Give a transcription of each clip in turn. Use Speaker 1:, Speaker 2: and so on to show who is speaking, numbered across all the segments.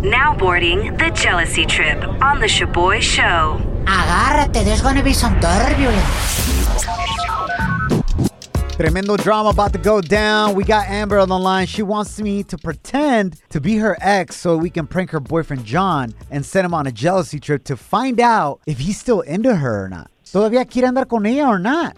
Speaker 1: Now boarding the jealousy trip on the Shaboy Show.
Speaker 2: Agárrate, there's gonna be some turbulence.
Speaker 3: Tremendo drama about to go down. We got Amber on the line. She wants me to pretend to be her ex so we can prank her boyfriend John and send him on a jealousy trip to find out if he's still into her or not. Todavía quiere andar con ella or not.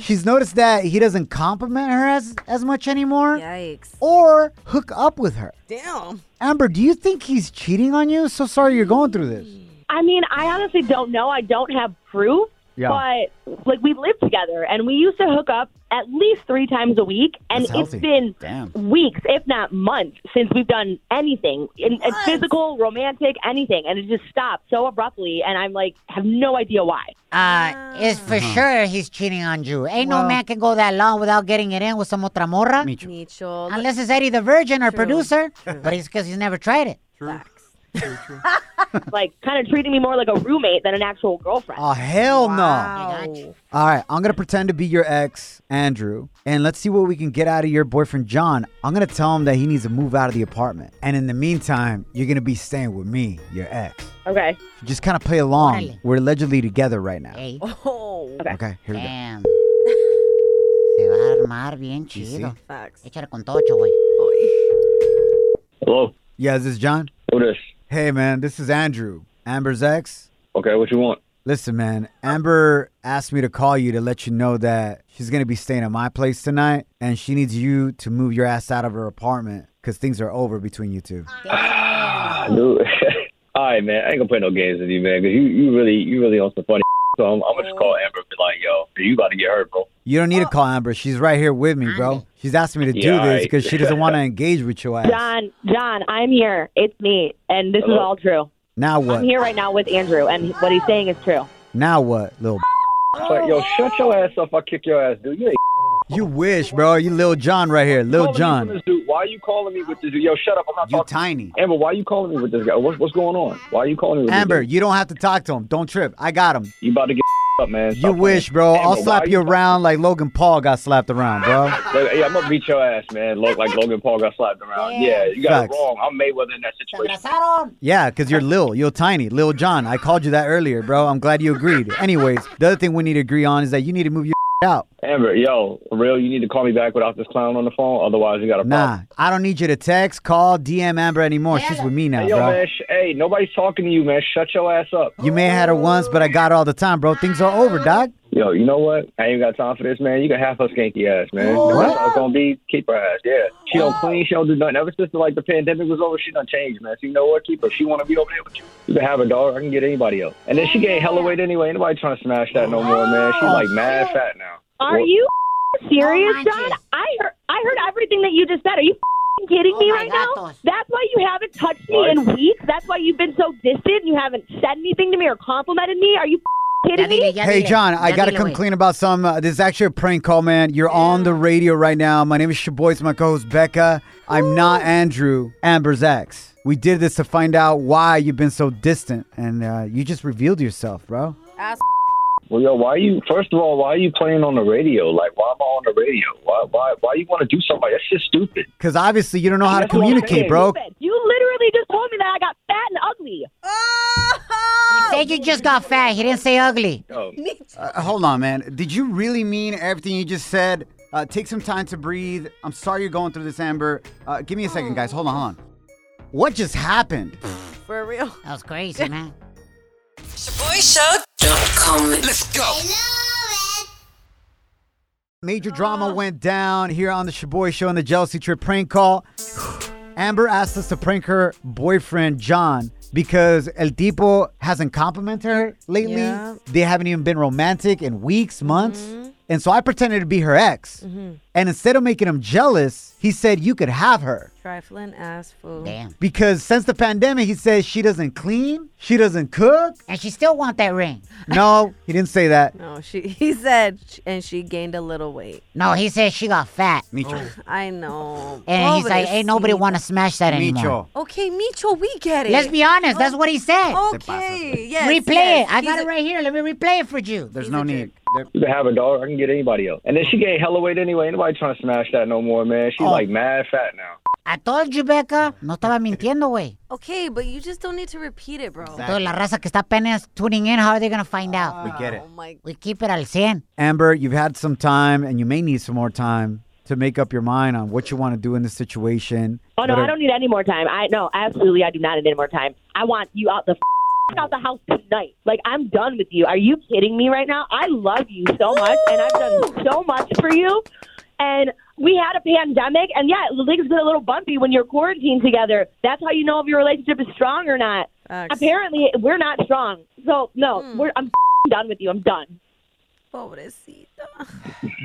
Speaker 3: She's noticed that he doesn't compliment her as, as much anymore
Speaker 4: Yikes.
Speaker 3: or hook up with her.
Speaker 4: Damn.
Speaker 3: Amber, do you think he's cheating on you? So sorry you're going through this.
Speaker 5: I mean, I honestly don't know. I don't have proof. But like we lived together and we used to hook up at least three times a week and
Speaker 3: That's
Speaker 5: it's
Speaker 3: healthy.
Speaker 5: been
Speaker 3: Damn.
Speaker 5: weeks, if not months, since we've done anything. In, in physical, romantic, anything. And it just stopped so abruptly and I'm like have no idea why.
Speaker 2: Uh, it's for
Speaker 3: Uh-huh.
Speaker 2: sure he's cheating on you. Ain't no man can go that long without getting it in with some otra morra.
Speaker 3: Me too.
Speaker 4: Micho.
Speaker 2: Unless it's Eddie the Virgin or producer, but it's because he's never tried it.
Speaker 5: like kind of treating me more like a roommate than an actual girlfriend.
Speaker 3: Oh, hell no.
Speaker 2: I got you.
Speaker 3: All right, I'm going to pretend to be your ex, Andrew, and let's see what we can get out of your boyfriend, John. I'm going to tell him that he needs to move out of the apartment. And in the meantime, you're going to be staying with me, your ex.
Speaker 5: Okay.
Speaker 3: Just kind of play along.
Speaker 2: Órale.
Speaker 3: We're allegedly together right now.
Speaker 2: Hey,
Speaker 4: Oh.
Speaker 3: Okay, here we go.
Speaker 2: damn. Se va a armar bien chido.
Speaker 4: Facts.
Speaker 2: Échale con tocho, güey.
Speaker 6: Hello,
Speaker 3: Yeah, is this John?
Speaker 6: who this?
Speaker 3: Hey, man, this is Andrew, Amber's ex.
Speaker 6: Okay, what you want?
Speaker 3: Listen, man, Amber asked me to call you to let you know that she's going to be staying at my place tonight, and she needs you to move your ass out of her apartment because things are over between you two.
Speaker 6: Ah, dude. All right, man. I ain't gonna play no games with you, man. Cause you, you really, you really on some funny. So I'm, I'm gonna just call Amber and be like, yo, you about to get hurt, bro.
Speaker 3: You don't need to call Amber. She's right here with me, bro. She's asking me to do
Speaker 6: Yeah,
Speaker 3: this
Speaker 6: right.
Speaker 3: because she doesn't want to engage with your ass.
Speaker 5: John, John, I'm here. It's me. And this is
Speaker 6: Hello.
Speaker 5: all true.
Speaker 3: Now what?
Speaker 5: I'm here right now with Andrew and what he's saying is true.
Speaker 3: Now what, little? b-
Speaker 6: But yo, shut your ass up. I'll kick your ass, dude. You ain't
Speaker 3: You wish, bro. You little John right here, little
Speaker 6: calling Me with
Speaker 3: John.
Speaker 6: this dude. Why are you calling me with this dude? Yo, shut up. I'm not
Speaker 3: You
Speaker 6: talking.
Speaker 3: tiny.
Speaker 6: Amber, why are you calling me with this guy? What's, what's going on? Why are you calling me with
Speaker 3: Amber,
Speaker 6: this
Speaker 3: you don't have to talk to him. Don't trip. I got him.
Speaker 6: dude? You about to get up, man. Stop
Speaker 3: You
Speaker 6: playing.
Speaker 3: wish, bro.
Speaker 6: Amber,
Speaker 3: I'll
Speaker 6: why
Speaker 3: slap
Speaker 6: are
Speaker 3: you around like Logan Paul got slapped around, bro.
Speaker 6: Like, yeah, I'm gonna beat your ass, man. Look like Logan Paul got slapped around. Yeah, you got
Speaker 3: Facts.
Speaker 6: it wrong. I'm Mayweather in that
Speaker 2: ¡Te
Speaker 6: situation.
Speaker 2: abrazaron!
Speaker 3: Yeah, because you're Lil, you're tiny, Lil John. I called you that earlier, bro. I'm glad you agreed. Anyways, the other thing we need to agree on is that you need to move your out.
Speaker 6: Amber, yo, for real, you need to call me back without this clown on the phone. Otherwise, you got a problem.
Speaker 3: Nah, I don't need you to text, call, DM Amber anymore. She's with me now,
Speaker 6: Hey, yo,
Speaker 3: bro.
Speaker 6: man. Sh- hey, nobody's talking to you, man. Shut your ass up.
Speaker 3: You may have had her once, but I got her all the time, bro. Things are over, dog.
Speaker 6: Yo, you know what? I ain't got time for this, man. You can have her skanky ass, man. That's how it's gonna be. Keep her ass. Yeah, she
Speaker 3: Oh.
Speaker 6: don't clean. She don't do nothing. Ever since like the pandemic was over, she done changed, man. So you know what? Keep her. She wanna be over there with you. You can have her, dog. I can get anybody else. And then she gained
Speaker 3: Oh,
Speaker 6: hella weight anyway. Ain't nobody trying to smash that no more, man. She's like mad fat now.
Speaker 5: Are
Speaker 6: Well,
Speaker 5: you serious,
Speaker 2: No manches.
Speaker 5: John? I heard, I heard everything that you just said. Are you kidding
Speaker 2: Oh
Speaker 5: me
Speaker 2: my
Speaker 5: right now?
Speaker 2: gatos.
Speaker 5: That's why you haven't touched me
Speaker 6: What?
Speaker 5: in weeks. That's why you've been so distant. You haven't said anything to me or complimented me. Are you
Speaker 2: Ya
Speaker 5: kidding
Speaker 2: dile,
Speaker 5: me?
Speaker 2: ya
Speaker 3: Hey,
Speaker 2: dile.
Speaker 3: John, I
Speaker 2: Ya
Speaker 3: got to
Speaker 2: dile,
Speaker 3: come
Speaker 2: güey.
Speaker 3: clean about some. Uh, this is actually a prank call, man. You're on the radio right now. My name is your boy, it's my co host, Becca. I'm not Andrew, Amber's ex. We did this to find out why you've been so distant, and uh, you just revealed yourself, bro.
Speaker 6: Well, yo, why you? First of all, why are you playing on the radio? Like, why am I on the radio? Why, why, why you want to do something? like That's just stupid.
Speaker 3: Because obviously you don't know how to
Speaker 6: That's what I'm
Speaker 3: communicate,
Speaker 6: saying.
Speaker 3: bro.
Speaker 5: You literally just told me that I got fat and ugly.
Speaker 2: Said you just got fat. He didn't say ugly.
Speaker 6: Yo,
Speaker 3: Uh, hold on, man. Did you really mean everything you just said? Uh, take some time to breathe. I'm sorry you're going through this, Amber. Uh, give me a second, guys. Hold on, hold on. What just happened?
Speaker 4: For real.
Speaker 2: That was crazy, man.
Speaker 7: ShaboyShow.com. Let's go.
Speaker 3: Major drama went down here on the Shaboy Show and the Jealousy Trip prank call. Amber asked us to prank her boyfriend, John, because El Tipo hasn't complimented her lately.
Speaker 4: Yeah.
Speaker 3: They haven't even been romantic in weeks, months. And so I pretended to be her ex. And instead of making him jealous, he said, You could have her.
Speaker 4: Trifling ass fool.
Speaker 2: Damn.
Speaker 3: Because since the pandemic, he says she doesn't clean, she doesn't cook.
Speaker 2: And she still want that ring.
Speaker 3: No, he didn't say that.
Speaker 4: No, she. He said, sh- and she gained a little weight.
Speaker 2: No, he said she got fat.
Speaker 3: Micho.
Speaker 4: I know.
Speaker 2: And he's like, ain't nobody
Speaker 4: Pobrecita.
Speaker 2: want to smash that anymore.
Speaker 3: Micho.
Speaker 4: Okay, Micho, we get it.
Speaker 2: Let's be honest. That's what he said.
Speaker 3: Oh,
Speaker 4: Okay. Yes.
Speaker 2: replay
Speaker 4: yes.
Speaker 2: it. I
Speaker 4: He's
Speaker 2: got
Speaker 4: a-
Speaker 2: it right here. Let me replay it for you.
Speaker 3: There's
Speaker 4: He's
Speaker 3: no
Speaker 4: a
Speaker 3: need.
Speaker 6: You can have a dog. I can get anybody else. And then she gained hella weight anyway. Ain't Nobody trying to smash that no more,
Speaker 5: Oh.
Speaker 6: man. She's like mad fat now.
Speaker 2: I told you, Becca. No estaba mintiendo, güey.
Speaker 4: Okay, but you just don't need to repeat it, bro.
Speaker 2: Toda la raza que está apenas tuning in, how are they going to find
Speaker 3: We
Speaker 2: out?
Speaker 3: get it.
Speaker 4: Oh my.
Speaker 2: We keep it al 100.
Speaker 3: Amber, you've had some time and you may need some more time to make up your mind on what you want to do in this situation.
Speaker 5: Oh no,
Speaker 3: But, uh,
Speaker 5: I don't need any more time. I no, absolutely, I do not need any more time. I want you out the f- out the house tonight. Like I'm done with you. Are you kidding me right now? I love you so much, and I've done so much for you. And we had a pandemic, and yeah, things get a little bumpy when you're quarantined together. That's how you know if your relationship is strong or not.
Speaker 4: Facts.
Speaker 5: Apparently, we're not strong. So no, we're, I'm f- done with you. I'm done.
Speaker 4: Pobrecita.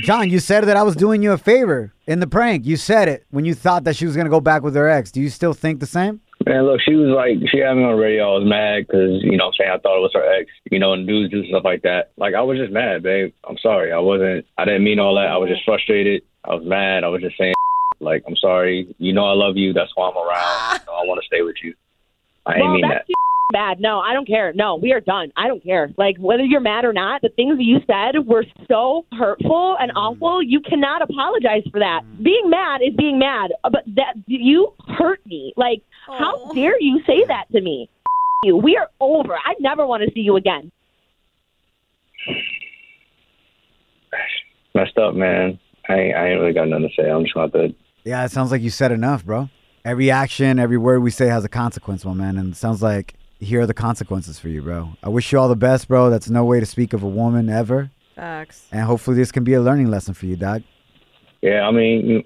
Speaker 3: John, you said that I was doing you a favor in the prank. You said it when you thought that she was going to go back with her ex. Do you still think the same?
Speaker 6: Man, look, she was like, she had me on the radio. I was mad because, you know what I'm saying? I thought it was her ex, you know, and dudes do stuff like that. Like, I was just mad, babe. I'm sorry. I wasn't, I didn't mean all that. I was just frustrated. I was mad. I was just saying, like, I'm sorry. You know, I love you. That's why I'm around. You know, I want to stay with you. I ain't
Speaker 5: well,
Speaker 6: mean uh,
Speaker 5: that's
Speaker 6: that.
Speaker 5: too bad. No, I don't care. No, we are done. I don't care. Like whether you're mad or not, the things that you said were so hurtful
Speaker 6: Mm.
Speaker 5: and awful. You cannot apologize for that. Being mad is being mad, uh, but that you hurt me. Like
Speaker 4: Oh.
Speaker 5: how dare you say that to me? You. We are over. I never want to see you again.
Speaker 6: Messed up, man. I ain't, I ain't really got nothing to say. I'm just about to.
Speaker 3: Yeah, it sounds like you said enough, bro. Every action, every word we say has a consequence, my man. And it sounds like here are the consequences for you, bro. I wish you all the best, bro. That's no way to speak of a woman ever.
Speaker 4: Facts.
Speaker 3: And hopefully this can be a learning lesson for you, dog.
Speaker 6: Yeah, I mean,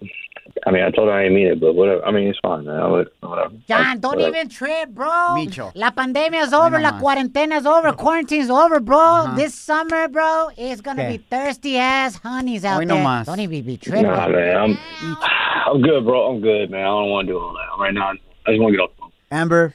Speaker 6: I mean, I told her I didn't mean it, but whatever. I mean, it's fine, man. I would, whatever.
Speaker 2: John, don't
Speaker 6: Whatever.
Speaker 2: even trip, bro.
Speaker 3: Micho.
Speaker 2: La pandemia is over. La
Speaker 3: nomás.
Speaker 2: cuarentena is over. Quarantine is over, bro. This summer, bro, it's going to
Speaker 3: Okay.
Speaker 2: be thirsty ass honeys out
Speaker 3: Hoy
Speaker 2: there.
Speaker 3: nomás.
Speaker 2: Don't even be tripping.
Speaker 6: Nah, man. I'm, I'm good, bro. I'm good, man. I don't want to do all that right now. I just want to get off the phone.
Speaker 3: Amber,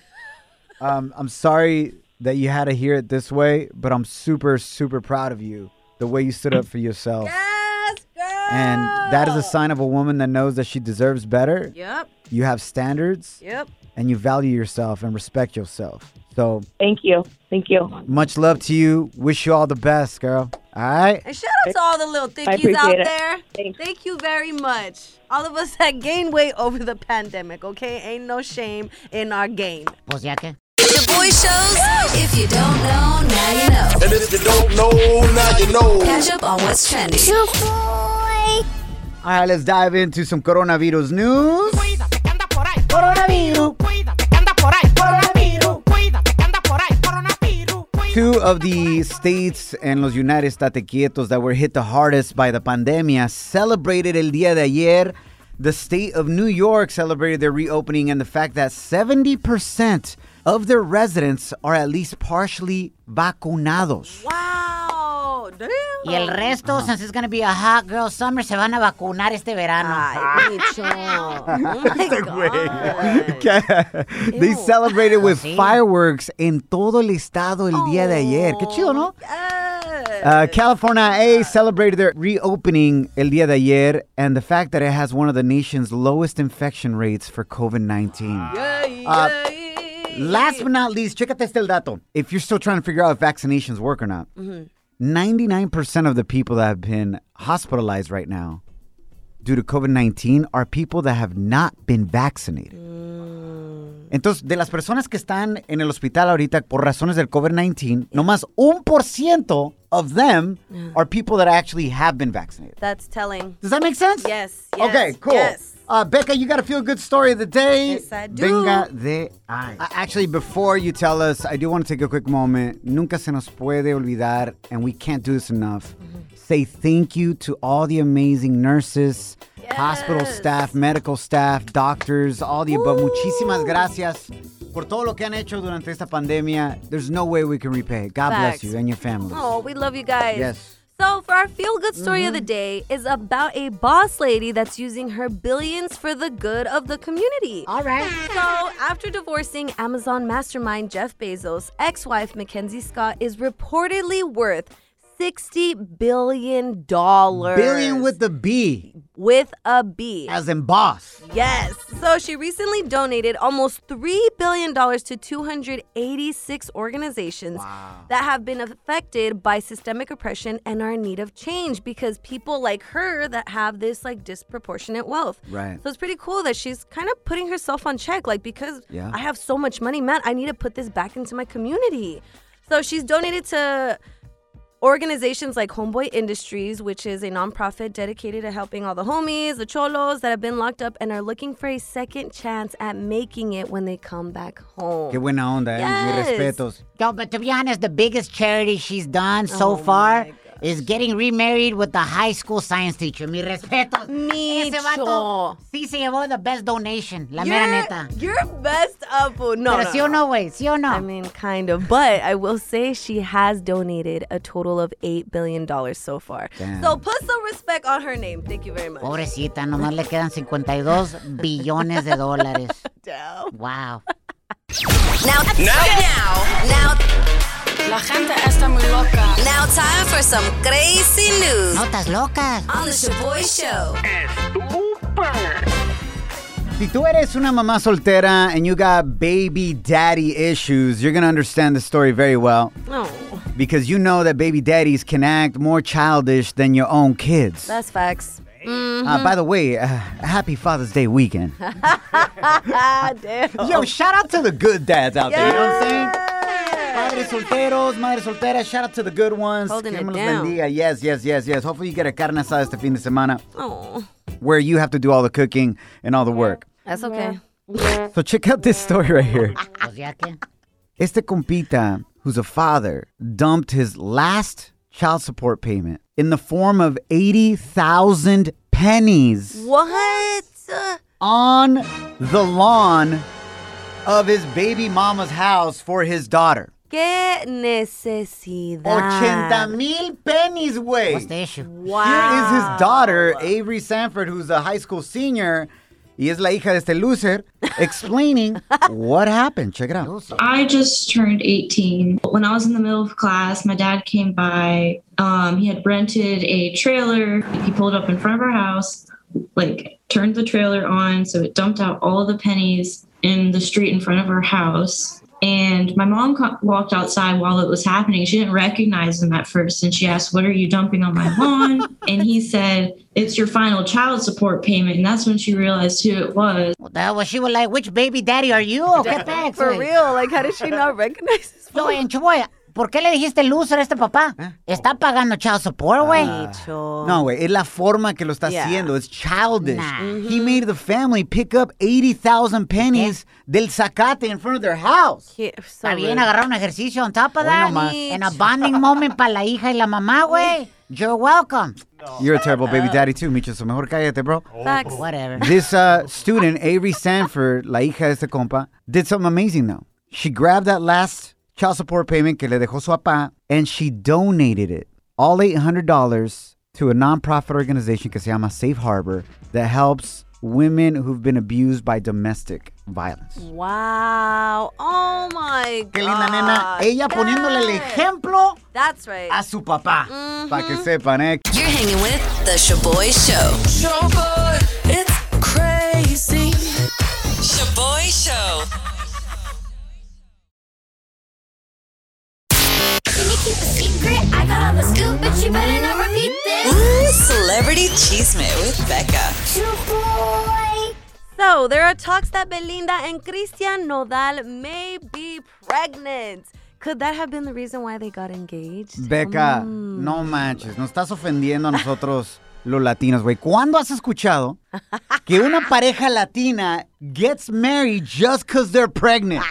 Speaker 3: um, I'm sorry that you had to hear it this way, but I'm super, super proud of you. The way you stood up for yourself.
Speaker 4: Yes, girl.
Speaker 3: And that is a sign of a woman that knows that she deserves better.
Speaker 4: Yep.
Speaker 3: You have standards
Speaker 4: Yep.
Speaker 3: and you value yourself and respect yourself. So
Speaker 5: Thank you. Thank you.
Speaker 3: much love to you. Wish you all the best, girl. All right.
Speaker 4: And shout out to all the little thinkies
Speaker 5: appreciate
Speaker 4: out
Speaker 5: it.
Speaker 4: there.
Speaker 5: Thanks.
Speaker 4: Thank you very much. All of us that gained weight over the pandemic, okay? Ain't no shame in our game.
Speaker 2: Pues ya que.
Speaker 1: The boy shows. If you don't know, now you know.
Speaker 8: And if you don't know, now you know.
Speaker 1: Catch up on what's trending.
Speaker 3: All right, let's dive into some coronavirus news. Coronavirus. Two of the states and los United State Quietos that were hit the hardest by the pandemia celebrated el día de ayer. The state of New York celebrated their reopening and the fact that 70% of their residents are at least partially vacunados.
Speaker 4: Wow. Oh, Damn.
Speaker 2: Y el resto, since it's going to be a hot girl summer, se van a vacunar este verano.
Speaker 3: Ah,
Speaker 4: Ay, Micho. Oh my God.
Speaker 3: they celebrated with fireworks en todo el estado el día de ayer. Qué chido, ¿no?
Speaker 4: Yes.
Speaker 3: Uh, California A celebrated their reopening el día de ayer and the fact that it has one of the nation's lowest infection rates for COVID Uh, 19. Last but not least, check out este el dato. If you're still trying to figure out if vaccinations work or not, 99% of the people that have been hospitalized right now due to COVID 19 are people that have not been vaccinated. Entonces, de las personas que están en el hospital ahorita por razones del COVID-19, nomás un por ciento of them are people that actually have been vaccinated.
Speaker 4: That's telling.
Speaker 3: Does that make sense?
Speaker 4: Yes, yes,
Speaker 3: Okay, cool.
Speaker 4: yes.
Speaker 3: Uh, Becca, you got a feel good story of the day.
Speaker 4: Yes, I do.
Speaker 3: Venga de ahí. Uh, actually, before you tell us, I do want to take a quick moment. Nunca se nos puede olvidar, and we can't do this enough.
Speaker 4: Mm-hmm.
Speaker 3: Say thank you to all the amazing nurses, hospital
Speaker 4: Yes.
Speaker 3: staff, medical staff, doctors, all the above. Muchísimas gracias por todo lo que han hecho durante esta pandemia. There's no way we can repay it. God bless
Speaker 4: Facts.
Speaker 9: Oh,
Speaker 3: you and your families.
Speaker 4: Oh, we love you guys.
Speaker 3: Yes.
Speaker 9: So, for our feel good story of the day is about a boss lady that's using her billions for the good of the community.
Speaker 2: All right.
Speaker 9: So, after divorcing Amazon mastermind Jeff Bezos, ex wife Mackenzie Scott is reportedly worth $60 billion.
Speaker 3: Billion with the B,
Speaker 9: with a B.
Speaker 3: as in boss.
Speaker 9: Yes. So she recently donated almost $3 billion to 286 organizations that have been affected by systemic oppression and are in need of change because people like her that have this like disproportionate wealth.
Speaker 3: Right.
Speaker 9: So it's pretty cool that she's kind of putting herself on check. Like, because
Speaker 3: Yeah.
Speaker 9: I have so much money, man, I need to put this back into my community. So she's donated to organizations like Homeboy Industries, which is a nonprofit dedicated to helping all the homies, the cholos that have been locked up and are looking for a second chance at making it when they come back home.
Speaker 3: Qué buena onda, eh?
Speaker 9: Yes.
Speaker 3: Mis respetos.
Speaker 2: Yo, but to be honest, the biggest charity she's done so
Speaker 9: Oh
Speaker 2: far is getting remarried with the high school science teacher. Mi respetos. Ese vato
Speaker 9: Micho.
Speaker 2: sí se llevó the best donation. La mera
Speaker 9: You're,
Speaker 2: neta.
Speaker 9: you're best of no, no,
Speaker 2: Pero sí o
Speaker 9: no.
Speaker 2: no, güey. Sí o no.
Speaker 9: I mean, kind of, but I will say she has donated a total of eight billion dollars so far. So put some respect on her name. Thank you very much.
Speaker 2: Pobrecita, nomás le quedan 52 billones de dólares. Wow.
Speaker 1: Now, now, now,
Speaker 7: La gente está muy loca.
Speaker 1: now, time for some crazy news
Speaker 2: Notas locas.
Speaker 1: on the Shaboy Show.
Speaker 3: Si tú eres una mamá soltera and you got baby daddy issues, you're gonna understand the story very well
Speaker 9: No,
Speaker 3: because you know that baby daddies can act more childish than your own kids.
Speaker 9: that's facts.
Speaker 3: Uh, by the way, uh, happy Father's Day weekend.
Speaker 9: Ah, damn.
Speaker 3: Yo, shout out to the good dads out there. You know what I'm saying?
Speaker 9: Yes.
Speaker 3: Padres solteros, madres solteras, shout out to the good ones.
Speaker 9: Holding
Speaker 3: Que
Speaker 9: it
Speaker 3: me los
Speaker 9: down.
Speaker 3: bendiga. Yes, yes, yes, yes. Hopefully you get a carne asada este fin de semana
Speaker 9: Oh,
Speaker 3: where you have to do all the cooking and all the work.
Speaker 9: that's okay.
Speaker 3: So check out this story right here.
Speaker 2: Pues ya que.
Speaker 3: Este compita, who's a father, dumped his last child support payment in the form of 80,000 pennies
Speaker 9: What? Uh,
Speaker 3: on the lawn of his baby mama's house for his daughter.
Speaker 9: ¿Qué necesidad?
Speaker 3: 80 mil pennies, way.
Speaker 2: What's the issue?
Speaker 3: Here is his daughter, Avery Sanford, who's a high school senior. Y es la hija de este loser, explaining what happened. Check it out.
Speaker 10: I just turned 18. When I was in the middle of class, my dad came by. Um, he had rented a trailer. He pulled up in front of our house, like turned the trailer on, so it dumped out all the pennies in the street in front of our house. And my mom co- walked outside while it was happening. She didn't recognize him at first, and she asked, "What are you dumping on my lawn?" and he said, "It's your final child support payment." And that's when she realized who it was.
Speaker 2: What the hell? Well, she was like, which baby daddy are you? ¿O ¿Qué pex,
Speaker 9: For
Speaker 2: güey?
Speaker 9: real, like how did she not recognize this?
Speaker 2: Yo, en Chuboy, ¿por qué le dijiste loser a este papá? Está pagando child support, güey.
Speaker 3: No, güey, es la forma que lo está
Speaker 9: Yeah.
Speaker 3: haciendo. It's childish.
Speaker 2: Nah.
Speaker 3: He made the family pick up 80,000 pennies del zacate in front of their house.
Speaker 9: He- so
Speaker 2: Está bien,
Speaker 9: rude.
Speaker 2: agarrar un ejercicio on top of
Speaker 3: Hoy
Speaker 2: that.
Speaker 3: nomás.
Speaker 2: En a bonding moment para la hija y la mamá, güey. You're welcome.
Speaker 3: You're a terrible baby daddy too, Micho, so mejor cállate, bro.
Speaker 9: Facts.
Speaker 2: Whatever.
Speaker 3: This uh, student, Avery Sanford, la hija de este compa, did something amazing though. She grabbed that last child support payment que le dejó su papá and she donated it, all $800, to a nonprofit organization que se llama Safe Harbor that helps women who've been abused by domestic violence.
Speaker 9: Wow. Oh my god.
Speaker 3: Qué linda
Speaker 9: Ah,
Speaker 3: nena. Ella poniéndole el ejemplo
Speaker 9: That's right.
Speaker 3: a su papá. Para que sepan, ¿eh?
Speaker 1: You're hanging with the Shaboy Show.
Speaker 7: Shaboy, it's crazy. Shaboy Show. Ooh, Celebrity Cheesemate with Becca.
Speaker 9: So there are talks that Belinda and Christian Nodal may be pregnant. Could that have been the reason why they got engaged? Mm,
Speaker 3: Beca, no manches, nos estás ofendiendo a nosotros los latinos, güey. ¿Cuándo has escuchado que una pareja latina gets married just because they're pregnant?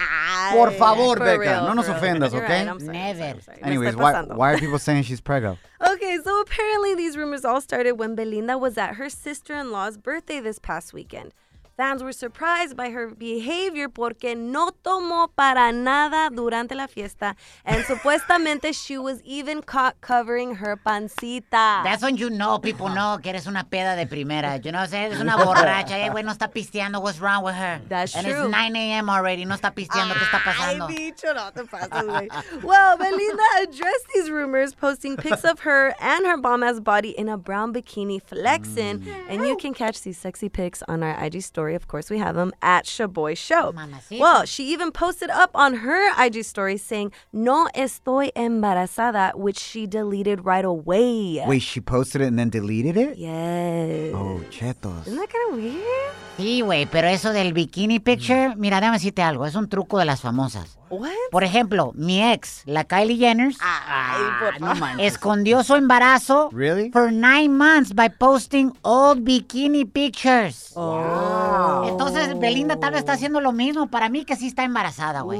Speaker 3: Por favor,
Speaker 9: For
Speaker 3: Beca,
Speaker 9: real,
Speaker 3: no nos
Speaker 9: for real.
Speaker 3: ofendas,
Speaker 9: You're
Speaker 3: ¿ok?
Speaker 9: right, I'm sorry, I'm sorry,
Speaker 2: Never.
Speaker 9: I'm sorry. Me
Speaker 3: Anyways,
Speaker 9: estoy
Speaker 3: why,
Speaker 9: pasando.
Speaker 3: why are people saying she's preggo?
Speaker 9: Okay, so apparently these rumors all started when Belinda was at her sister in law's birthday this past weekend. Fans were surprised by her behavior porque no tomó para nada durante la fiesta. And supuestamente she was even caught covering her pancita.
Speaker 2: That's when you know, people know que eres una peda de primera. You know what I'm saying? Eres una borracha. Hey, güey, no está pisteando. What's wrong with her?
Speaker 9: That's
Speaker 2: and
Speaker 9: true.
Speaker 2: it's 9 a.m. already. No está pisteando. ¿Qué está pasando?
Speaker 9: bicho, no te pases, güey. Well, Belinda addressed these rumors, posting pics of her and her bomb ass body in a brown bikini flexing.
Speaker 3: Mm.
Speaker 9: And you can catch these sexy pics on our IG story. Of course, we have them at Shaboy Show. Well, she even posted up on her IG story saying, No estoy embarazada, which she deleted right away.
Speaker 3: Wait, she posted it and then deleted it?
Speaker 9: Yes.
Speaker 3: Oh, chetos.
Speaker 9: Isn't that kind of weird?
Speaker 2: Sí, güey, pero eso del bikini picture, mira, déjame decirte algo, es un truco de las famosas.
Speaker 9: What?
Speaker 2: Por ejemplo, mi ex, la Kylie Jenner, escondió su embarazo
Speaker 3: Really?
Speaker 2: for nine months by posting old bikini pictures. Entonces, Belinda tal vez está haciendo lo mismo. Para mí que sí está embarazada, güey.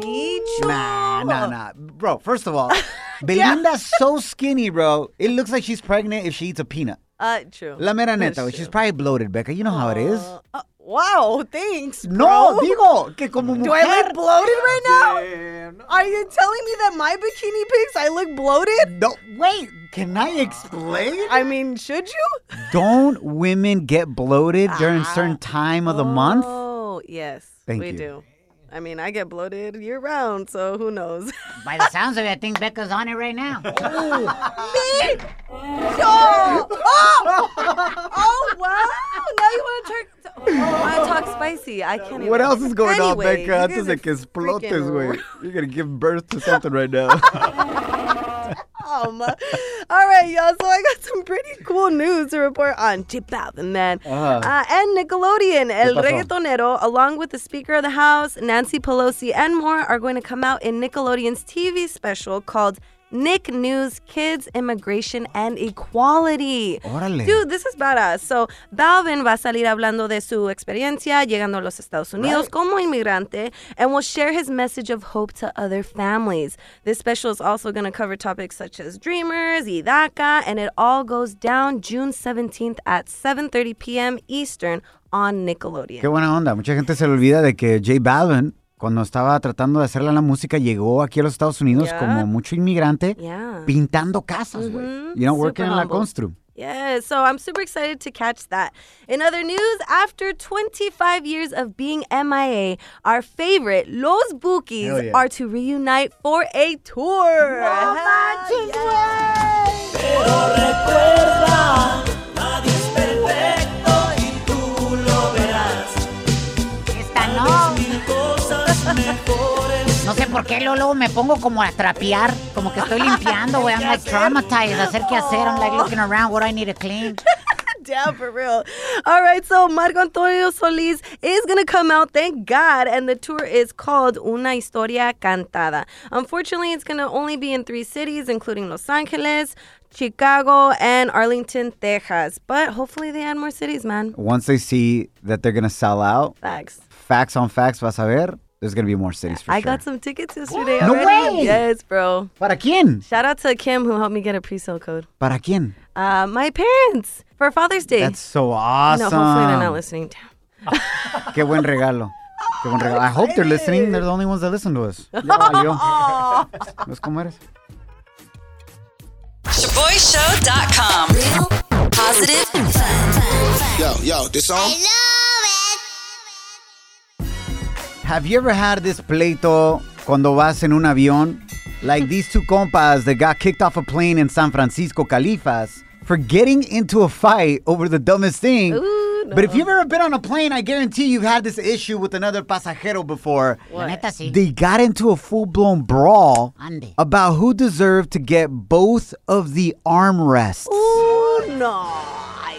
Speaker 3: Nah, nah, nah. Bro, first of all, Belinda's so skinny, bro. It looks like she's pregnant if she eats a peanut.
Speaker 9: Uh, true.
Speaker 3: La mera neta, güey. She's probably bloated, Becca. You know how it is.
Speaker 9: Oh. Wow, thanks.
Speaker 3: No,
Speaker 9: bro.
Speaker 3: digo, que como mujer.
Speaker 9: Do I look bloated right now? Are you telling me that my bikini pics I look bloated?
Speaker 3: No, wait. Can I explain?
Speaker 9: I mean, should you?
Speaker 3: Don't women get bloated during certain time of the month?
Speaker 9: Oh, yes.
Speaker 3: Thank
Speaker 9: we
Speaker 3: you.
Speaker 9: do. I mean, I get bloated year round, so who knows?
Speaker 2: By the sounds of it, I think Becca's on it right now.
Speaker 9: me? Oh! Oh! Oh, wow. Now you want to talk, oh, wanna talk spicy. I can't even.
Speaker 3: What else is going on,
Speaker 9: Anyway,
Speaker 3: Becca?
Speaker 9: you
Speaker 3: Antes
Speaker 9: guys
Speaker 3: de
Speaker 9: are
Speaker 3: que explotes,
Speaker 9: freaking
Speaker 3: güey. You're gonna give birth to something right now.
Speaker 9: Um, all right, y'all. So I got some pretty cool news to report on Chip Out the Man
Speaker 3: Ah.
Speaker 9: uh, and Nickelodeon. El
Speaker 3: pasó?
Speaker 9: Reggaetonero, along with the Speaker of the House, Nancy Pelosi, and more, are going to come out in Nickelodeon's TV special called Nick News Kids, Immigration, and Equality.
Speaker 3: Órale.
Speaker 9: Dude, this is badass. So, Balvin va a salir hablando de su experiencia llegando a los Estados Unidos como inmigrante and will share his message of hope to other families. This special is also going to cover topics such as Dreamers, Idaca, and it all goes down June 17th at 7.30 p.m. Eastern on Nickelodeon.
Speaker 3: Qué buena onda. Mucha gente se le olvida de que J Balvin, cuando estaba tratando de hacerle la música, llegó aquí a los Estados Unidos
Speaker 9: Yeah.
Speaker 3: como mucho inmigrante,
Speaker 9: Yeah.
Speaker 3: pintando casas, güey.
Speaker 9: Mhm.
Speaker 3: You know, working
Speaker 9: Super
Speaker 3: in la
Speaker 9: humble.
Speaker 3: constru.
Speaker 9: Yeah, so I'm super excited to catch that. In other news, after 25 years of being MIA, our favorite Los
Speaker 3: Hell
Speaker 9: Bookies
Speaker 3: yeah.
Speaker 9: are to reunite for a tour. Hell yeah.
Speaker 2: Esta no. No sé por qué, luego, luego me pongo como a trapear, como que estoy limpiando, güey. I'm like traumatized, hacer qué hacer. I'm like looking around, what do I need to clean?
Speaker 9: Damn, for real. All right, so Marco Antonio Solís is going to come out, thank God, and the tour is called Una Historia Cantada. Unfortunately, it's going to only be in three cities, including Los Angeles, Chicago, and Arlington, Texas. But hopefully they add more cities, man.
Speaker 3: Once they see that they're gonna sell out,
Speaker 9: Facts.
Speaker 3: facts on facts, vas a ver, there's gonna be more cities for
Speaker 9: I
Speaker 3: sure.
Speaker 9: got some tickets yesterday
Speaker 3: No
Speaker 9: already.
Speaker 3: way.
Speaker 9: Yes, bro.
Speaker 3: ¿Para quién?
Speaker 9: Shout out to Kim who helped me get a pre-sale code.
Speaker 3: ¿Para quién?
Speaker 9: Uh, my parents for Father's Day.
Speaker 3: That's so awesome.
Speaker 9: No, hopefully they're not listening. Damn.
Speaker 3: Qué buen regalo. Qué buen regalo. I hope they're listening. They're the only ones that listen to us. Ya valió. ¿Ves cómo eres?
Speaker 7: ShaboyShow.com. Real, positive,
Speaker 8: Yo, yo, this song?
Speaker 3: Have you ever had this pleito cuando vas en un avión? Like these two compas that got kicked off a plane in San Francisco, Califas, for getting into a fight over the dumbest thing. But if you've ever been on a plane, I guarantee you've had this issue with another pasajero before.
Speaker 2: La neta sí.
Speaker 3: They got into a full blown brawl
Speaker 2: Ande.
Speaker 3: about who deserved to get both of the armrests.
Speaker 9: Oh no.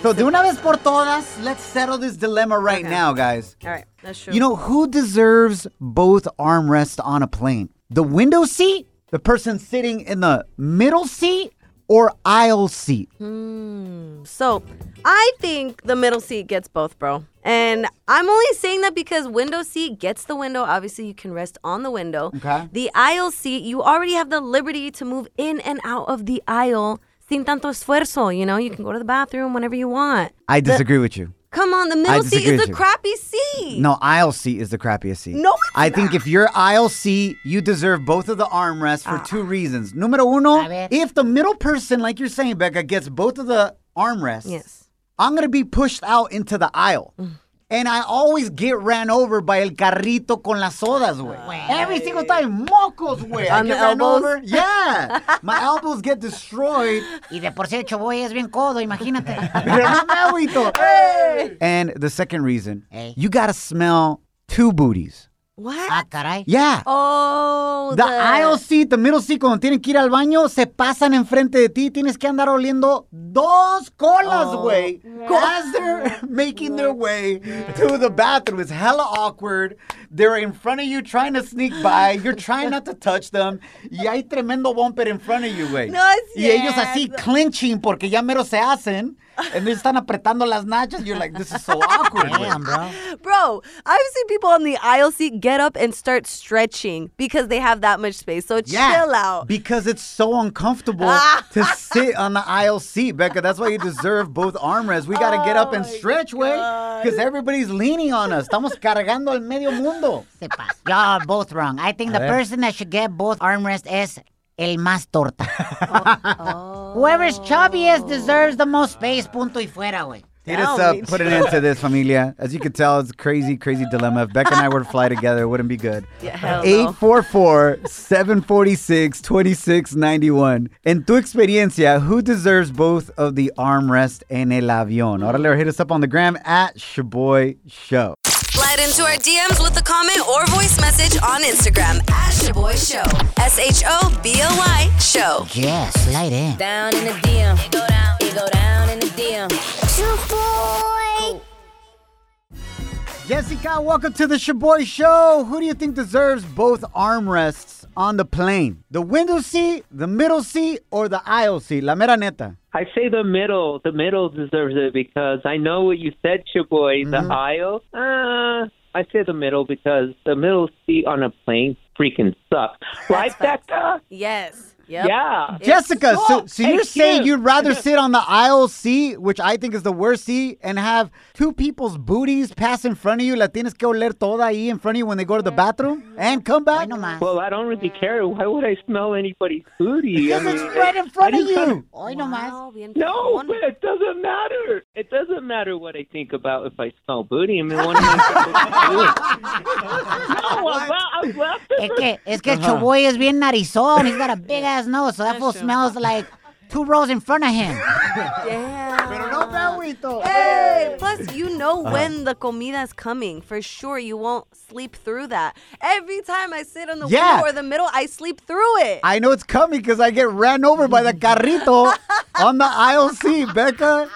Speaker 3: So, de una vez por todas, let's settle this dilemma right now, guys.
Speaker 9: All right, that's true.
Speaker 3: You know who deserves both armrests on a plane? The window seat, the person sitting in the middle seat, or aisle seat?
Speaker 9: So I think the middle seat gets both, bro. And I'm only saying that because window seat gets the window. Obviously, you can rest on the window.
Speaker 3: Okay.
Speaker 9: The aisle seat, you already have the liberty to move in and out of the aisle sin tanto esfuerzo. You know, you can go to the bathroom whenever you want.
Speaker 3: I disagree with you.
Speaker 9: Come on, the middle seat
Speaker 3: disagree
Speaker 9: is
Speaker 3: with
Speaker 9: the
Speaker 3: you.
Speaker 9: crappy seat.
Speaker 3: No, aisle seat is the crappiest seat.
Speaker 9: No, it's
Speaker 3: I think if you're aisle seat, you deserve both of the armrests for two reasons. Numero uno, if the middle person, like you're saying, Becca, gets both of the armrests, yes. I'm gonna be pushed out into the aisle. And I always get ran over by el carrito con las sodas, güey. Every single time, mocos, güey. I
Speaker 2: Ah. On the
Speaker 3: get ran
Speaker 2: elbows?
Speaker 3: over. Yeah. My elbows get destroyed.
Speaker 2: Y de por sí el Choboy es bien codo, imagínate.
Speaker 3: Pero no me agüito. And the second reason, you gotta smell two booties.
Speaker 9: What?
Speaker 2: Ah, caray.
Speaker 3: Yeah.
Speaker 9: Oh,
Speaker 3: The aisle seat, ah, the middle seat, cuando tienen que ir al baño, se pasan enfrente de ti. Tienes que andar oliendo dos
Speaker 9: Oh,
Speaker 3: colas, güey. As they're making their way to the bathroom. It's hella awkward. They're in front of you trying to sneak by. You're trying not to touch them. Y hay tremendo bumper in front of you, güey.
Speaker 9: No es
Speaker 3: Y ellos así clenching porque ya mero se hacen. And they están apretando las nachas. You're like, this is so awkward. Damn,
Speaker 2: bro.
Speaker 9: Bro, I've seen people on the aisle seat get up and start stretching because they have that much space. So chill out.
Speaker 3: Because it's so uncomfortable to sit on the aisle seat, Becca. That's why you deserve both armrests. We got to get up
Speaker 9: Oh
Speaker 3: and stretch, way, because everybody's leaning on us. Estamos cargando al medio mundo.
Speaker 2: Y'all are both wrong. I think
Speaker 3: A
Speaker 2: the
Speaker 3: ver.
Speaker 2: person that should get both armrests is el más torta. Whoever's chubbiest deserves the most space, punto y fuera, güey.
Speaker 3: Hit us up, put an end to this, familia. As you can tell, it's a crazy, crazy dilemma. If Becca and I were to fly together, it wouldn't be good.
Speaker 9: Yeah, hell no.
Speaker 3: 844 746 2691. En tu experiencia, who deserves both of the armrest en el avión? Orale, or hit us up on the gram at Shaboy Show.
Speaker 7: Slide into our DMs with a comment or voice message on Instagram at Shaboy Show. S H O B O Y Show.
Speaker 2: Yeah, slide in.
Speaker 7: Down in the DM. It go down. It go down in the DM.
Speaker 3: Shaboy! Jessica, welcome to the Shaboy Show. Who do you think deserves both armrests on the plane? The window seat, the middle seat, or the aisle seat? La mera neta.
Speaker 11: I say the middle. The middle deserves it because I know what you said, Shaboy. The aisle. Uh, I say the middle because the middle seat on a plane freaking sucks. Right, Becca?
Speaker 9: Yes. Yep.
Speaker 11: Yeah.
Speaker 3: Jessica, so, so
Speaker 11: Hey,
Speaker 3: you're saying
Speaker 11: cute.
Speaker 3: you'd rather sit on the aisle seat, which I think is the worst seat, and have two people's booties pass in front of you, la tienes que oler toda ahí in front of you when they go to the bathroom, and come back?
Speaker 11: Well, I don't really care. Why would I smell anybody's booty? I mean,
Speaker 3: right in front
Speaker 11: I
Speaker 3: of
Speaker 11: just gotta-
Speaker 3: you.
Speaker 2: Hoy nomás.
Speaker 11: No, but it doesn't matter. It doesn't matter what I think about if I smell booty. I mean, one of my no, I'm, la- I'm laughing.
Speaker 2: Es que, es que el
Speaker 11: Ajá.
Speaker 2: Choboy is bien narizón. He's got a big ass nose, so that fool smells like two rows in front of him.
Speaker 3: Pero Oh, no me agüito.
Speaker 9: Hey, plus you know
Speaker 3: Uh-huh.
Speaker 9: when the comida is coming for sure. You won't sleep through that. Every time I sit on the
Speaker 3: Yeah.
Speaker 9: window or the middle, I sleep through it.
Speaker 3: I know it's coming because I get ran over by the carrito on the aisle seat, Becca.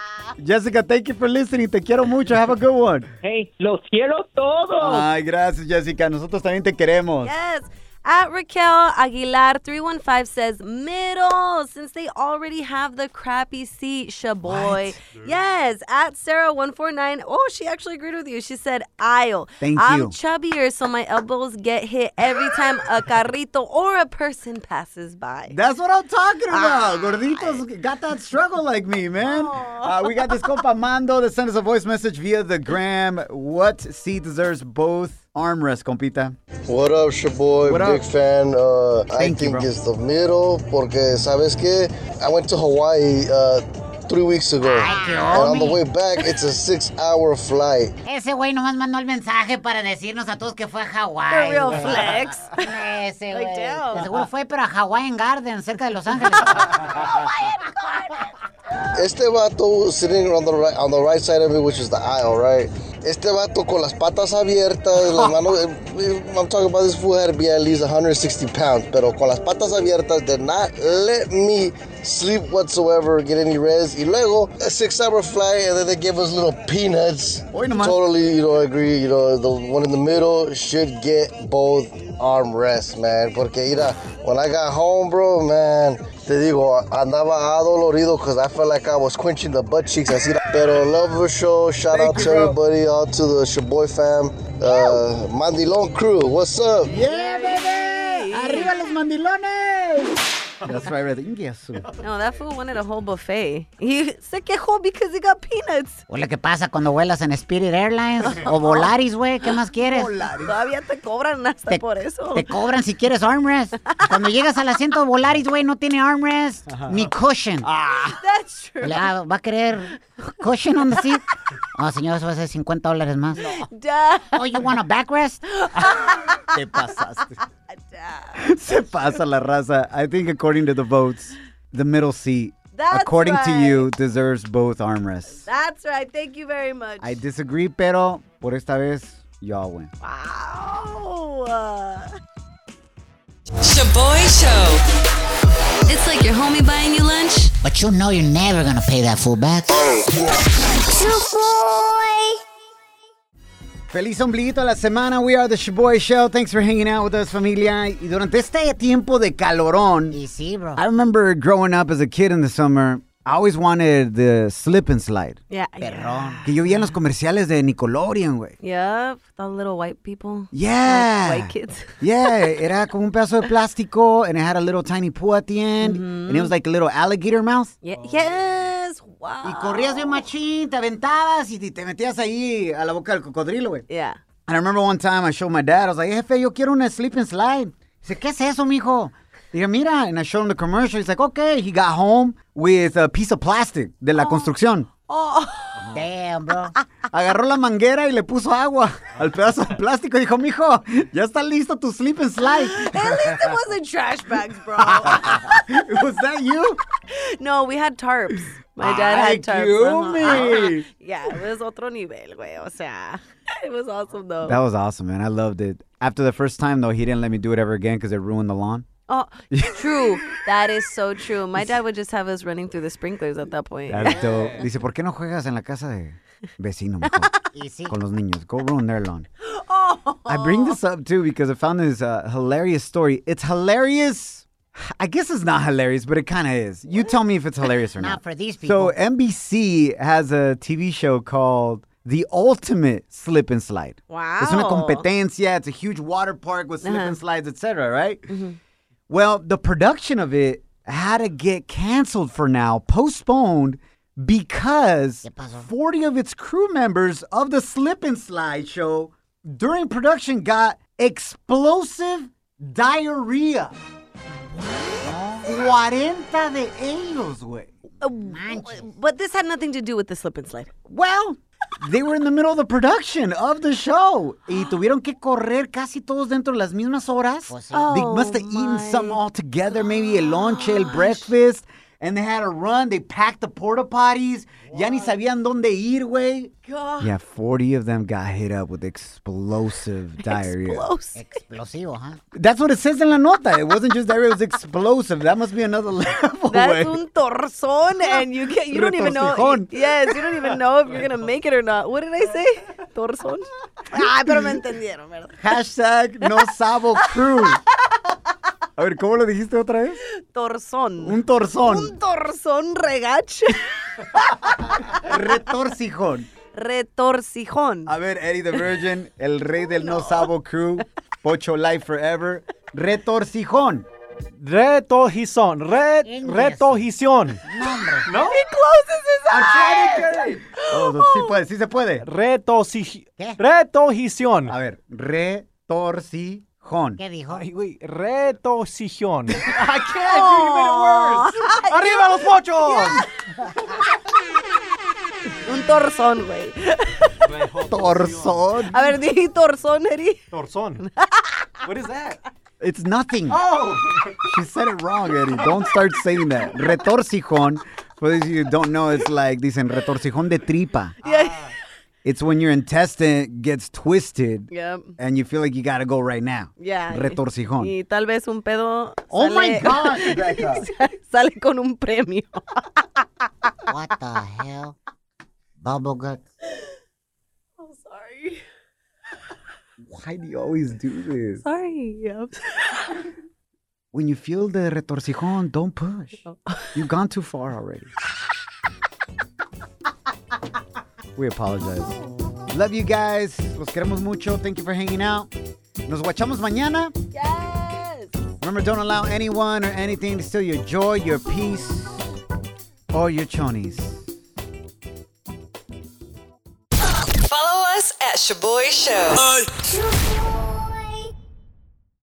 Speaker 3: Jessica, thank you for listening. Te quiero mucho. Have a good one.
Speaker 11: Hey, los quiero todos.
Speaker 3: Ay, gracias, Jessica. Nosotros también te queremos.
Speaker 9: Yes. At Raquel Aguilar 315 says, middle, since they already have the crappy seat, shaboy. Yes. At Sarah 149, oh, she actually agreed with you. She said, aisle.
Speaker 3: Thank
Speaker 9: I'm
Speaker 3: you.
Speaker 9: chubbier, so my elbows get hit every time a carrito or a person passes by.
Speaker 3: That's what I'm talking about. Gorditos got that struggle like me, man. Uh, we got this compa Mando that sent us a voice message via the gram. What seat deserves both armrests, compita?
Speaker 12: What up, Shaboy?
Speaker 3: What
Speaker 12: Big
Speaker 3: up?
Speaker 12: fan. Uh, I
Speaker 3: Thank you,
Speaker 12: think
Speaker 3: bro.
Speaker 12: it's the middle porque sabes que I went to Hawaii uh, three weeks ago, and on the way back it's a six-hour flight.
Speaker 2: Ese güey nomás mandó el mensaje para decirnos a todos que fue a Hawái.
Speaker 12: The real
Speaker 2: güey.
Speaker 12: flex.
Speaker 2: Ese güey.
Speaker 12: damn.
Speaker 2: De seguro fue, pero a Hawaiian Garden, cerca de Los Ángeles.
Speaker 12: Este vato sitting on the right, on the right side of me, which is the aisle, right? Este vato con las patas abiertas, las manos. I'm talking about this fool had to be at least 160 pounds, pero con las patas abiertas did not let me sleep whatsoever, get any rest. Y luego a six-hour flight, and then they gave us little peanuts. Totally, you know, I agree. You know, the one in the middle should get both armrests, man. Porque mira, when I got home, bro, man. Te digo, andaba adolorido because I felt like I was quenching the butt cheeks. Así, pero love the show. Shout out to everybody, all to the Shaboy fam. Uh,
Speaker 3: ¡Eh,
Speaker 12: Mandilon crew, what's up?
Speaker 3: Yeah, baby. Arriba los mandilones. That's right, right there. You can get some.
Speaker 9: No, that fool wanted a whole buffet. He se quejó because he got peanuts.
Speaker 2: O lo que pasa cuando vuelas en Spirit Airlines o Volaris, güey. ¿Qué más quieres?
Speaker 9: Todavía te cobran hasta por eso.
Speaker 2: Te cobran si quieres armrest. Cuando llegas al asiento de Volaris, güey, no tiene armrest ni cushion.
Speaker 9: That's true.
Speaker 2: La- ¿Va a querer cushion on the seat? No, señor, eso va a ser 50 dólares más. Oh, you want a backrest?
Speaker 3: Te pasaste. Se pasa la raza. I think according to the votes, the middle seat,
Speaker 9: That's
Speaker 3: according to
Speaker 9: right.
Speaker 3: you, deserves both armrests.
Speaker 9: That's right. Thank you very much.
Speaker 3: I disagree, pero por esta vez, y'all win.
Speaker 9: Wow. Uh,
Speaker 7: Shaboy Show. It's like your homie buying you lunch.
Speaker 2: But you know you're never gonna pay that full back.
Speaker 3: Feliz ombliguito de la semana. We are the Shaboy Show. Thanks for hanging out with us, familia. Y durante este tiempo de calorón,
Speaker 2: Y sí, bro.
Speaker 3: I remember growing up as a kid in the summer, I always wanted the slip and slide.
Speaker 9: yeah.
Speaker 2: Perrón.
Speaker 3: Que yo veía en los comerciales de Nickelodeon, güey.
Speaker 9: Yep. The little white people.
Speaker 3: Yeah.
Speaker 9: Like white kids.
Speaker 3: Yeah, era como un pedazo de plástico, and it had a little tiny poo at the end, and it was like a little alligator mouth.
Speaker 9: Ye- Yes. Wow.
Speaker 3: Y corrías bien machín, te aventabas y te metías ahí a la boca del cocodrilo, güey.
Speaker 9: Yeah.
Speaker 3: And I remember one time I showed my dad, I was like, jefe, yo quiero una slip and slide. He said, ¿qué es eso, mijo? Dije, mira, and I showed him the commercial. He's like, okay. He got home with a piece of plastic de la construcción.
Speaker 2: Damn,
Speaker 3: Ah.
Speaker 2: bro.
Speaker 3: Agarró la manguera y le puso agua al pedazo de plástico. Dijo, mijo, ya está listo tu slip and slide.
Speaker 9: At least it wasn't trash bags, bro.
Speaker 3: Was that you?
Speaker 9: no, we had tarps.
Speaker 2: Ah,
Speaker 9: My dad
Speaker 3: Ay,
Speaker 9: had uh-huh. tarps.
Speaker 3: Kiumi.
Speaker 9: yeah, it was otro nivel, güey. O sea, it was awesome though.
Speaker 3: That was awesome, man. I loved it. After the first time, though, he didn't let me do it ever again because it ruined the lawn.
Speaker 9: Oh, true. That is so true. My dad would just have us running through the sprinklers at that point.
Speaker 3: That's dope. Dice, ¿por qué no juegas en la casa de vecino mejor?
Speaker 2: Y sí. Oh.
Speaker 3: Con los niños. Go ruin their lawn. I bring this up, too, because I found this uh, hilarious story. It's hilarious. I guess it's not hilarious, but it kind of is. You tell me if it's hilarious or
Speaker 2: Not
Speaker 3: not.
Speaker 2: for these
Speaker 3: So
Speaker 2: people.
Speaker 3: NBC has a TV show called The Ultimate Slip and Slide. It's una
Speaker 9: Wow.
Speaker 3: competencia. It's a huge water park with slip and slides, etc. Right? Well, the production of it had to get canceled for now, postponed because 40 of its crew members of the slip and slide show during production got explosive diarrhea. 40 de ellos, güey.
Speaker 9: Uh, but this had nothing to do with the slip and slide.
Speaker 3: Well, they were in the middle of the production of the show. Y tuvieron que correr casi todos dentro de las mismas horas.
Speaker 2: Pues sí.
Speaker 3: they
Speaker 9: Oh
Speaker 3: must have eaten
Speaker 9: my
Speaker 3: some all together, maybe el lunch, el breakfast. And they had a run. They packed the porta potties. Ya ni sabían dónde ir, güey. Yeah, 40 of them got hit up with explosive diarrhea.
Speaker 9: Close.
Speaker 2: Explosivo, huh?
Speaker 3: That's what it says in la nota. It wasn't just diarrhea, it was explosive. That must be another level,
Speaker 9: That's
Speaker 3: güey.
Speaker 9: un torzón, and you can You don't even know.
Speaker 3: Retorcijón.
Speaker 9: Yes, you don't even know if you're gonna make it or not. What did I say? Torzón. Ay, pero me entendieron, verdad.
Speaker 3: Hashtag no sabo crew. A ver, ¿cómo lo dijiste otra vez?
Speaker 9: Torzón.
Speaker 3: Un torzón.
Speaker 9: Un torzón regacho.
Speaker 3: Retorcijón.
Speaker 9: Retorcijón.
Speaker 3: A ver, Eddie the Virgin, el rey del no, sabo crew, Pocho Life Forever. Retorcijón.
Speaker 13: Retojizón. Re,
Speaker 2: Inglés.
Speaker 13: retojizón. ¿No?
Speaker 9: He closes his eyes.
Speaker 3: Oh, sí puede, sí se puede.
Speaker 13: Retojizón.
Speaker 2: ¿Qué?
Speaker 13: Retojizón.
Speaker 3: A ver, retorcijón.
Speaker 2: ¿Qué dijo?
Speaker 13: Ay, güey. Retojizón.
Speaker 3: I can't, dude, you made it worse.
Speaker 13: ¡Arriba los pochos!
Speaker 9: Un torzón, güey.
Speaker 3: Torzón.
Speaker 9: A ver, dije torzón, Eri.
Speaker 13: Torzón. What is that?
Speaker 3: It's nothing.
Speaker 13: Oh!
Speaker 3: She said it wrong, Eddie. Don't start saying that. Retorcijón. For those of you who don't know, it's like, dicen retorcijón de tripa. Ah.
Speaker 9: Yeah.
Speaker 3: It's when your intestine gets twisted
Speaker 9: Yep.
Speaker 3: and you feel like you gotta go right now.
Speaker 9: Yeah.
Speaker 3: Retorcijón.
Speaker 9: Y tal vez un pedo.
Speaker 3: Oh my
Speaker 9: sale-
Speaker 3: God, Rebecca.
Speaker 9: Sale con un premio.
Speaker 2: What the hell? Bubble gut.
Speaker 9: I'm sorry.
Speaker 3: Why do you always do this?
Speaker 9: Sorry. I'm
Speaker 3: When you feel the retorcijón, don't push. You've gone too far already. we apologize. Love you guys. Los queremos mucho. Thank you for hanging out. Nos guachamos mañana.
Speaker 9: Yes.
Speaker 3: Remember, don't allow anyone or anything to steal your joy, your peace, or your chonies.
Speaker 7: Follow us at Shaboy Show.